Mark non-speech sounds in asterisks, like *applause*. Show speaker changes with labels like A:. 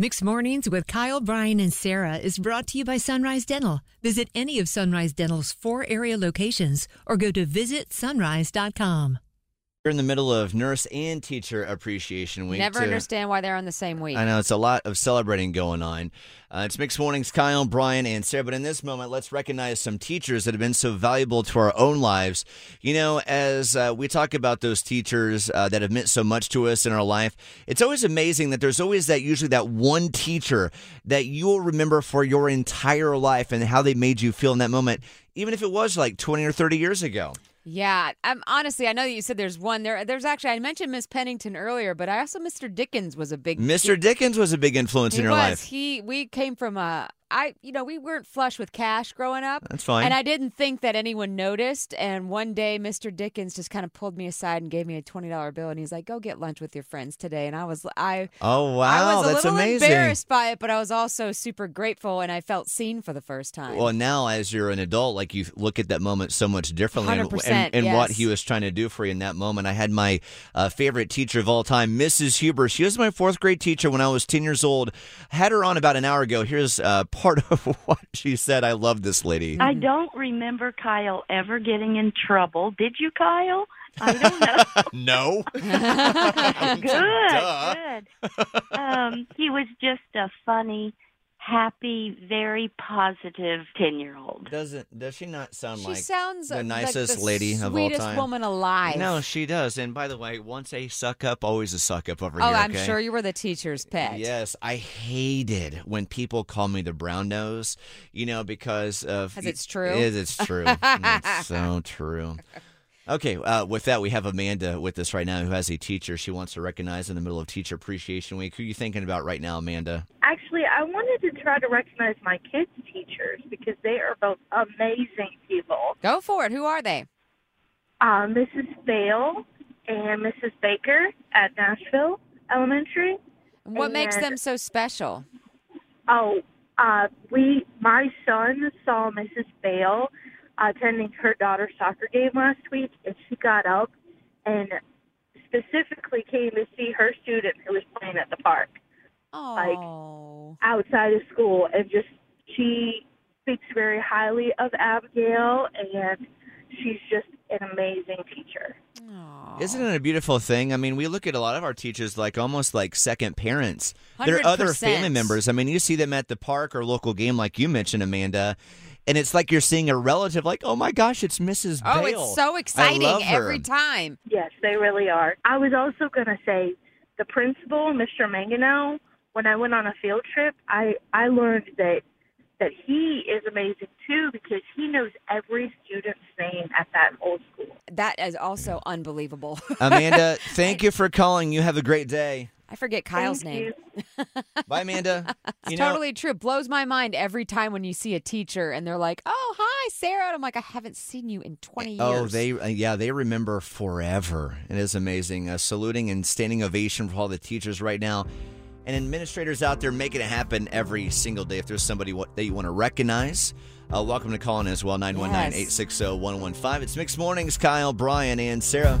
A: Mixed Mornings with Kyle, Brian, and Sarah is brought to you by Sunrise Dental. Visit any of Sunrise Dental's four area locations or go to visitsunrise.com.
B: We're in the middle of Nurse and Teacher Appreciation Week.
C: Never
B: too.
C: understand why they're on the same week.
B: I know it's a lot of celebrating going on. Uh, it's mixed mornings, Kyle, Brian, and Sarah. But in this moment, let's recognize some teachers that have been so valuable to our own lives. You know, as uh, we talk about those teachers uh, that have meant so much to us in our life, it's always amazing that there's always that usually that one teacher that you'll remember for your entire life and how they made you feel in that moment, even if it was like 20 or 30 years ago.
C: Yeah, um, honestly, I know that you said there's one. There, there's actually I mentioned Miss Pennington earlier, but I also Mr. Dickens was a big
B: Mr. Dickens was a big influence
C: He
B: in your
C: was.
B: life.
C: He we came from a I you know we weren't flush with cash growing up.
B: That's fine.
C: And I didn't think that anyone noticed. And one day, Mr. Dickens just kind of pulled me aside and gave me a twenty dollar bill, and he's like, "Go get lunch with your friends today." And I was I
B: Oh,
C: I
B: wow.
C: was a
B: that's
C: little
B: amazing.
C: embarrassed by it, but I was also super grateful, and I felt seen for the first time.
B: Well, now as you're an adult, like you look at that moment so much differently, and,
C: 100%,
B: and, and what
C: yes.
B: he was trying to do for you in that moment. I had my uh, favorite teacher of all time, Mrs. Huber. She was my fourth grade teacher when I was ten years old. Had her on about an hour ago. Here's uh, part of *laughs* what she said. I love this lady.
C: *laughs*
D: I don't remember Kyle ever getting in trouble. Did you, Kyle? I don't
B: *laughs*
D: know. *laughs*
B: no, Duh.
D: good, good. Um, he was just a funny, happy, very positive ten-year-old.
B: doesn't does she not sound
C: she
B: like
C: sounds
B: the
C: like
B: nicest lady of all
C: sweetest
B: time?
C: woman alive.
B: No, she does. And by the way, once a suck up, always a suck up over
C: Oh,
B: here.
C: I'm
B: okay?
C: sure you were the teacher's pet.
B: Yes, I hated when people call me the brown nose, you know, because of
C: 'Cause it's true?
B: It is, it's
C: *laughs*
B: true. Mm, it's so true. Okay, uh, with that, we have Amanda with us right now who has a teacher she wants to recognize in the middle of Teacher Appreciation Week. Who you thinking about right now, Amanda?
E: Actually, I wanted to try to recognize my kids' teachers because they are both amazing people.
C: Go for it. Who are they?
E: Uh, Mrs. Bale and Mrs. Baker at Nashville Elementary.
C: And what makes
E: And-
C: them so special?
E: Oh, uh, we my son saw Mrs. Bale attending her daughter's soccer game last week, and she got up and specifically came to see her student who was playing at the park.
C: Oh.
E: outside of school and just she speaks very highly of Abigail and she's just an amazing teacher.
C: Aw.
B: Isn't it a beautiful thing? I mean, we look at a lot of our teachers like almost like second parents. They're other
C: 100%.
B: family members. I mean, you see them at the park or local game, like you mentioned, Amanda, and it's like you're seeing a relative. Like, oh my gosh, it's Mrs.
C: Oh,
B: Bale.
C: it's so
B: love
C: exciting
B: her.
C: every time.
E: Yes, they really are. I was also going to say the principal, Mr. Mangano, when I went on a field trip, I I learned that that he is amazing too because he knows every student's name at that whole school.
C: That is also unbelievable. *laughs*
B: Amanda, thank you for calling. You have a great day.
C: I forget Kyle's
E: Thank
C: name.
E: you.
B: Bye, Amanda.
C: *laughs* It's
B: You know,
C: totally true. Blows my mind every time when you see a teacher and they're like, "Oh, hi, Sarah." And I'm like, "I haven't seen you in 20 years."
B: Oh, they uh, yeah, they remember forever. It is amazing. Uh, saluting and standing ovation for all the teachers right now, and administrators out there making it happen every single day. If there's somebody what, that you want to recognize, uh, welcome to call in as well. oh, 919-860-115. It's mixed mornings. Kyle, Brian, and Sarah.